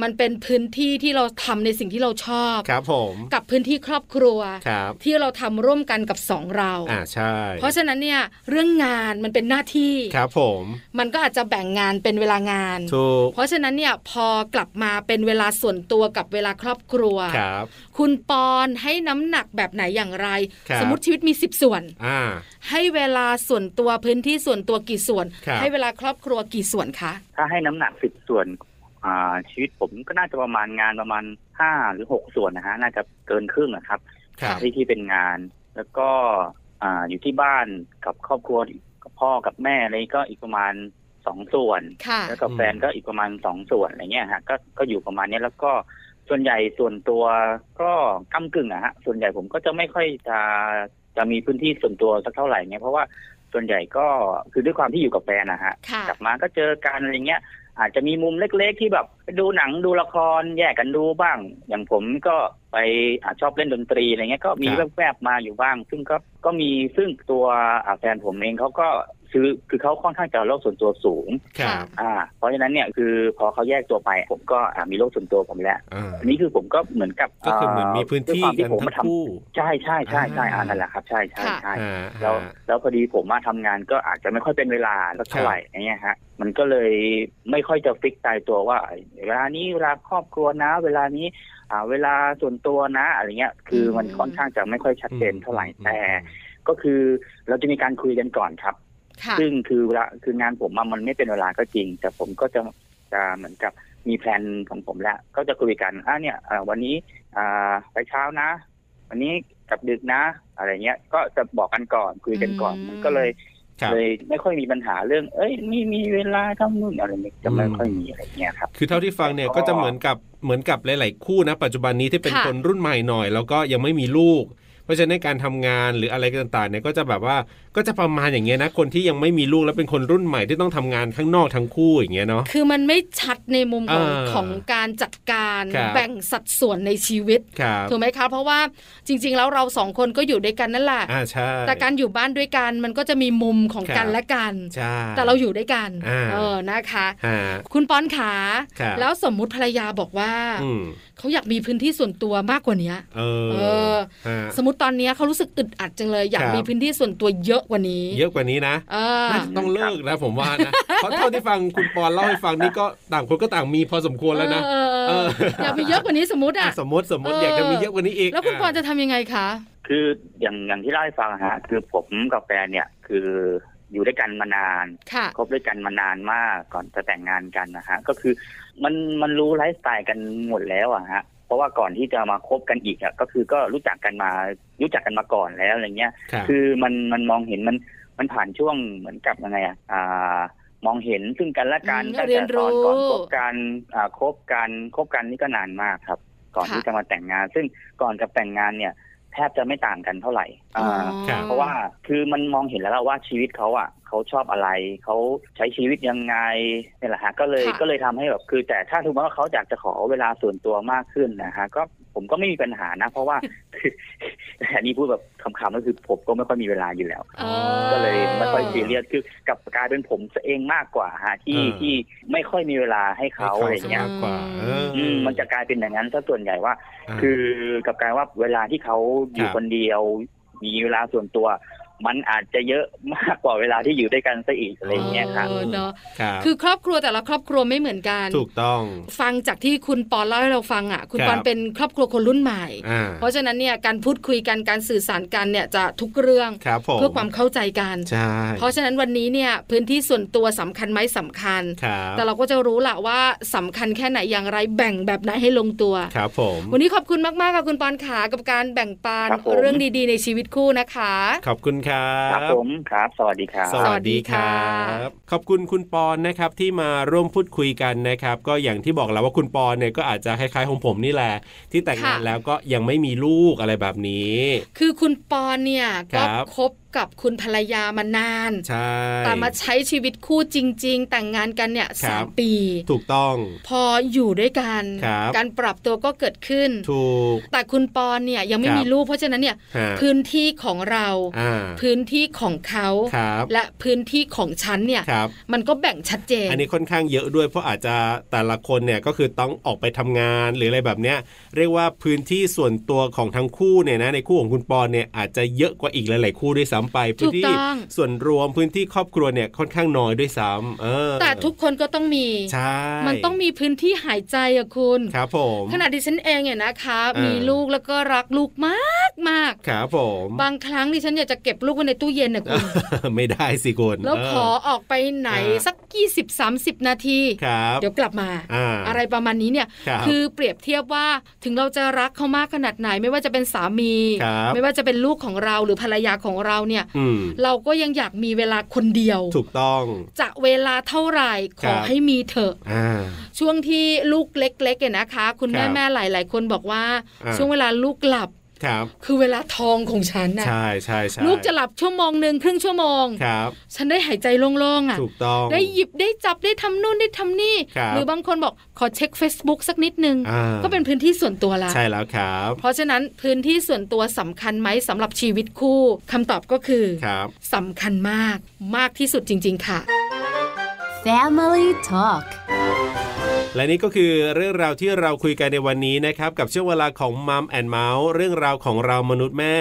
S2: มันเป็นพื้นที่ที่เราทำในสิ่งที่เราชอบ
S3: ครับผม
S2: กับพื้นที่ครอบครัว
S3: ครับ
S2: ที่เราทำร่วมกันกับสองเรา
S3: อ่าใช่
S2: เพราะฉะนั้นเนี่ยเรื่องงานมันเป็นหน้าที่
S3: ครับผม
S2: มันก็อาจจะแบ่งงานเป็นเวลางาน
S3: ถูก
S2: เพราะฉะนั้นเนี่ยพอกลับมาเป็นเวลาส่วนตัวกับเวลาครอบครัว
S3: ครับ
S2: คุณปอนให้น้ำหนักแบบไหนอย่างไร
S3: ครับ
S2: สมมติชีวิตมี 10 ส่วน
S3: อ่า
S2: ให้เวลาส่วนตัวพื้นที่ส่วนตัวกี่ส่วน
S3: ครับ
S2: ให้เวลาครอบครัวกี่ส่วนคะ
S6: ถ้าให้น้ำหนักสิบส่วนอ่าชีวิตผมก็น่าจะประมาณงานประมาณห้าหรือหกส่วนนะฮะน่าจะเกินครึ่งนะครับ
S3: ครับ
S6: ที่ที่เป็นงาน แล้วก็อ่าอยู่ที่บ้านกับครอบครัวกับพ่อกับแม่อะไรก็อีกประมาณสองส่วน
S2: ค่ะ
S6: แล้วกับแฟนก็อีกประมาณสองส่วนอะไรเงี้ยฮะก็ก็อยู่ประมาณเนี้ยแล้วก็ส่วนใหญ่ส่วนตัวก็ก้ากึ่งอะฮะส่วนใหญ่ผมก็จะไม่ค่อยจะจะมีพื้นที่ส่วนตัวสักเท่าไหร่เงี้ยเพราะว่าส่วนใหญ่ก็คือด้วยความที่อยู่กับแฟนนะฮะ
S2: ค่ะ
S6: กลับมาก็เจอกันอะไรเงี้ย อาจจะมีมุมเล็กๆที่แบบไปดูหนังดูละครแยกกันดูบ้าง อย่างผมก็ไปอาชอบเล่นดนตรีอะไรเงี้ยก็มี
S3: ครับ
S6: แวบๆมาอยู่บ้าง ซึ่งก็ก็มีซึ่งตัวอ่าแฟนผมเองเขาก็คือคือเขาค่อนข้างจะโลกส่วนตัวสูง
S3: ครับ
S6: อ่า เพราะฉะนั้นเนี่ยคือพอเขาแยกตัวไป ผมก็อ่ามีโลกส่วนตัวผมแล้ว
S3: อ่า
S6: อันนี้คือผมก็เหมือนกับ
S3: ก็คือเหมือนมีพื้นที่
S6: ด้วยค
S3: กัน
S6: วามผม
S3: ทั้
S6: มาง ทำ
S3: คู่
S6: ใช่ใช่ใช่ใช่
S3: อ่า
S6: อ่านั่นแหละครับใช่ใช่ใช่
S3: อ่า
S6: แล้ว
S3: ฮะ
S6: แล้วพอดีผมมาทำงานก็อาจจะไม่ค่อยเป็นเวลาสักเท่าไหร่อย่างเงี้ยฮะมันก็เลยไม่ค่อยจะฟิกตายตัวว่าเวลานี้เวลาครอบครัวนะ เวลานี้อ่าเวลาส่วนตัวนะอะไรเงี้ยคืออ
S2: ม
S6: มันค่อนข้างจะไม่ค่อยชัดเจนเท่าไหร่แต่ ก็คือเราจะมีการคุยกันก่อนครับ
S2: ค่ะ
S6: ซึ่งคือเวลาคืองานผมอะมันไม่เป็นเวลาก็จริง แต่ผมก็จะจะเหมือนกับมีแพลนของผมแล้ว ก็จะคุยกันอ่ะเนี่ยอ่าวันนี้อ่าไปเช้านะ วันนี้กลับดึกนะ อะไรเงี้ยก็จะบอกกันก่อนคุยกันก่อน
S2: อืม
S6: มันก็เลย
S3: ครับ
S6: เลยไม่ค่อยมีปัญหาเรื่อง เอ้ยไม่มีเวลาทำนู่นอะไรเนี่ยจะไม่ค่อยมีอะไรเงี้ยครับ
S3: คือเท่าที่ฟังเนี่ย
S6: แล้วก็
S3: ก็จะเหมือนกับเหมือนกับหลาย ๆ คู่นะปัจจุบันนี้ที่เป็น
S2: ค่ะ
S3: คนรุ่นใหม่หน่อย แล้วก็ยังไม่มีลูก เพราะฉะนั้นการทำงานหรืออะไรต่างๆเนี่ยก็จะแบบว่าก็จะประมาณอย่างเงี้ยนะคนที่ยังไม่มีลูกแล้วเป็นคนรุ่นใหม่ที่ต้องทำงานข้างนอกทั้งคู่อย่างเงี้ยเนาะ
S2: คือมันไม่ชัดในมุมของ
S3: อ่า
S2: ของการจัดการ
S3: ครับ
S2: แบ่งสัดส่วนในชีวิต
S3: ครับ
S2: ถูกไหมคะ เพราะว่าจริง ๆ แล้วเราสองคนก็อยู่ด้วยกันนั่นแหละ
S3: อ่าใช่
S2: แต่การอยู่บ้านด้วยกันมันก็จะมีมุมของ
S3: ครับ
S2: กันและกัน
S3: ใช่
S2: แต่เราอยู่ด้วยกัน
S3: อ่า
S2: เออ นะคะ
S3: ฮะ
S2: คุณปอนขา
S3: ครับ
S2: แล้วสมมุติภรรยาบอกว่า
S3: อืม
S2: เขาอยากมีพื้นที่ส่วนตัวมากกว่าเนี้ย
S3: เออ
S2: เออ
S3: ฮะ
S2: สมมติตอนเนี้ยเขารู้สึกอึดอัดจังเลย อยาก
S3: ครับ
S2: มีพื้นที่ส่วนตัวเยอะกว่านี้
S3: เยอะกว่านี้นะ
S2: เออ
S3: น่าจะต้องเลิกนะผมว่านะเพราะเท่าที่ฟังคุณปอนเล่าให้ฟังนี่ก็ต่างคนก็ต่างมีพอสมควรแล้วนะ
S2: เออเออเออ
S3: เอออ
S2: ยากมีเยอะกว่านี้สมมติ
S3: อ่ะ
S2: อ่ะ
S3: สมมติสมมติ
S2: เออ
S3: อ
S2: อ
S3: ยากจะมีเยอะกว่านี้อีก
S2: แล้วคุณปอนะ จะทำยังไงคะ
S6: คืออย่างอย่างที่เล่าให้ฟังอะฮะคือผมกับแฟนเนี่ยคืออยู่ด้วยกันมานาน
S2: ค่ะ
S6: คบด้วยกันมานานมากก่อนจะแต่งงานกันนะฮะ ก็คือมันมันรู้ไลฟ์สไตล์กันหมดแล้วอะฮะ เพราะว่าก่อนที่จะมาคบกันอีกอะก็คือก็รู้จักกันมารู้จักกันมาก่อนแล้วอะไรเงี้ย
S3: ครับ
S6: คือมันมันมองเห็นมันมันผ่านช่วงเหมือนกับยังไงอะอ่ามองเห็นซึ่งกันและกัน
S2: อืม
S6: ตั้ง
S2: เรีย
S6: แต่
S2: นรู้
S6: ตอนก่อนคบกันอ่าคบกันคบกันนี่ก็นานมากครับ ก่อน
S2: ค่ะ
S6: ที่จะมาแต่งงาน ซึ่งก่อนกับแต่งงานเนี่ยแทบจะไม่ต่างกันเท่าไหร่
S2: อ๋อ
S6: อ่า
S3: ครับ
S6: เพราะว่าคือมันมองเห็นแล้วล่ะว่าชีวิตเขาอ่ะเขาชอบอะไรเขาใช้ชีวิตยังไงเนี่ยแหละฮะก็เลย
S2: ค่ะ
S6: ก็เลยทำให้แบบคือ แต่ถ้าสมมติว่าเขาอยากจะขอเวลาส่วนตัวมากขึ้นนะฮะก็ผมก็ไม่มีปัญหานะ เพราะ [laughs] ว่า อันนี้พูดแบบคำๆก็คือผมก็ไม่ค่อยมีเวลาอยู่แล้ว
S2: เออ
S6: ก็เลยไม่ค่อยซีเรียสคือกลับกลายเป็นผมเองมากกว่าฮะที่
S3: เออ
S6: ที่ไม่ค่อยมีเวลาให้เขาอะไรอย่างเงี้ย
S3: มากกว่าเอออ
S6: อืมมันจะกลายเป็นอย่างนั้นซะส่วนใหญ่ว่า
S3: า
S6: คือกับการว่าเวลาที่เขาอ
S3: ค
S6: ยู่
S3: รับ
S6: คนเดียว มีเวลาส่วนตัว มันอาจจะเยอะมากกว่าเวลาที่อยู่ด้วยกันซะอีกอะไรอย่างเงี้ยครับ
S2: เออเนอะ
S3: ครับ
S2: คือครอบครัวแต่ละครอบครัวไม่เหมือนกัน
S3: ถูกต้อง
S2: ฟังจากที่คุณปอนเล่าให้เราฟังอ่ะ คุณ
S3: ครับ
S2: ปอนเป็นครอบครัวคนรุ่นใหม่
S3: อ่า
S2: เพราะฉะนั้นเนี่ยการพูดคุยกันการสื่อสารกันเนี่ยจะทุกเรื่อง
S3: ครับผม
S2: เพื่อความเข้าใจกัน
S3: ใช่
S2: เพราะฉะนั้นวันนี้เนี่ยพื้นที่ส่วนตัวสำคัญไหมสำคัญ
S3: ครับ
S2: แต่เราก็จะรู้ละว่าสำคัญแค่ไหนอย่างไรแบ่งแบบไหนให้ลงตัว
S3: ครับผม
S2: วันนี้ขอบคุณมากๆค่ะคุณปอนขากับการแบ่งปัน
S6: ครับผม
S2: เรื่องดีๆ ในชีวิตคู่นะคะ
S3: ขอบคุณครั
S6: ครับ บผมครับ สวัสดีครับ
S3: สวัสดีครับ ขอบคุณคุณปอนนะครับที่มาร่วมพูดคุยกันนะครับ ก็อย่างที่บอกแล้วว่าคุณปอนเนี่ยก็อาจจะคล้ายๆของผมนี่แหละ ที่แต่งงาน
S2: ค่ะ
S3: แล้วก็ยังไม่มีลูกอะไรแบบนี้
S2: คือคุณปอนเนี่ย
S3: ครั
S2: ก็
S3: บ
S2: คบกับคุณภรรยามานาน
S3: ใช่
S2: แต่มาใช้ชีวิตคู่จริง ๆ แต่งงานกันเนี่ย
S3: ครั
S2: สา
S3: บ
S2: มปี
S3: ถูกต้อง
S2: พออยู่ด้วยกัน
S3: ครับ
S2: การปรับตัวก็เกิดขึ้น
S3: ถูก
S2: แต่คุณปอนเนี่ยยังไม่
S3: ครับ
S2: มีลูก เพราะฉะนั้นเนี่ย
S3: ฮะ
S2: พื้นที่ของเรา
S3: อ่า
S2: พื้นที่ของเขา
S3: ครับ
S2: และพื้นที่ของฉันเนี่ย
S3: ครับ
S2: มันก็แบ่งชัดเจน
S3: อันนี้ค่อนข้างเยอะด้วยเพราะอาจจะแต่ละคนเนี่ยก็คือต้องออกไปทำงานหรืออะไรแบบเนี้ยเรียกว่าพื้นที่ส่วนตัวของทั้งคู่เนี่ยนะในคู่ของคุณปอนเนี่ยอาจจะเยอะกว่าอีกหลาย ๆ คู่ด้วยซ้ำไปพื้น
S2: ถู
S3: ที่
S2: กต้อง
S3: ส่วนรวมพื้นที่ครอบครัวเนี่ยค่อนข้างน้อยด้วยซ้ำเออ
S2: แต่ทุกคนก็ต้องมี
S3: ใช่
S2: มันต้องมีพื้นที่หายใจอะคุณ
S3: ครับผม
S2: ขนาดดิฉันเองเนี่ยนะคะ
S3: เออ
S2: มีลูกแล้วก็รักลูกมากมาก
S3: ครับผม
S2: บางครั้งดิฉันอยากจะเก็บลูกไว้ในตู้เย็นนะคุณ
S3: [laughs] ไม่ได้สิคุณ
S2: แล้ว
S3: เ
S2: ขอออกไปไหน
S3: เออ
S2: สัก 20 30 นาที
S3: ครับ
S2: เดี๋ยวกลับมา
S3: อ่า
S2: อะไรประมาณนี้เนี่ย
S3: ครับ
S2: อเปรียบเทียบว่าถึงเราจะรักเขามากขนาดไหน ไม่ว่าจะเป็นสามี
S3: ครับ
S2: ไม่ว่าจะเป็นลูกของเราหรือภรรยาของเราเนี่ย
S3: อืม
S2: เราก็ยังอยากมีเวลาคนเดียว
S3: ถูกต้อง
S2: จะเวลาเท่าไหร่ข
S3: ครั
S2: อบ ให้มีเถอะ
S3: อ่า
S2: ช่วงที่ลูกเล็กๆเนี่ยนะคะ คุณ
S3: ครั
S2: แม่
S3: บ
S2: แม่ๆหลายๆ คนบอกว่า
S3: อ่า
S2: ช่วงเวลาลูกหลับ
S3: ครับ
S2: คือเวลาทองของฉันน่ะ
S3: ใช่ใช่ใช่
S2: ลูกจะหลับชั่วโมงหนึ่งครึ่งชั่วโมง
S3: ครับ
S2: ฉันได้หายใจโล่งๆอ่ะ
S3: ถูกต้อง
S2: ได้หยิบได้จับได้ทำนู่นได้ทำนี่
S3: ครับ
S2: หรือบางคนบอกขอเช็ค Facebook สักนิดนึง
S3: อ่า
S2: ก็เป็นพื้นที่ส่วนตัวละ
S3: ใช่แล้วครับ
S2: เพราะฉะนั้นพื้นที่ส่วนตัวสำคัญไหมสำหรับชีวิตคู่คำตอบก็คือ
S3: ครับ
S2: สำคัญมากมากที่สุดจริง ๆ ค่ะ
S1: Family Talk
S3: และนี่ก็คือเรื่องราวที่เราคุยกันในวันนี้นะครับ กับช่วงเวลาของมัมแอนเมาส์เรื่องราวของเรามนุษย์แม่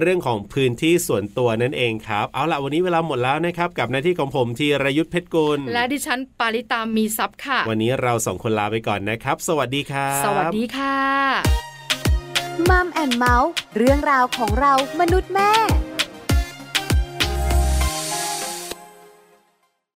S3: เรื่องของพื้นที่ส่วนตัวนั่นเองครับ เอาล่ะวันนี้เวลาหมดแล้วนะครับ กับหน้าที่ของผมธีรยุทธเพชรกุล
S2: และดิฉันปาริตามีซับค่ะ
S3: วันนี้เราสองคนลาไปก่อนนะครับ สวัสดีครับ
S2: สวัสดีค่ะ
S7: มัมแอนเมาส์เรื่องราวของเรามนุษย์แม่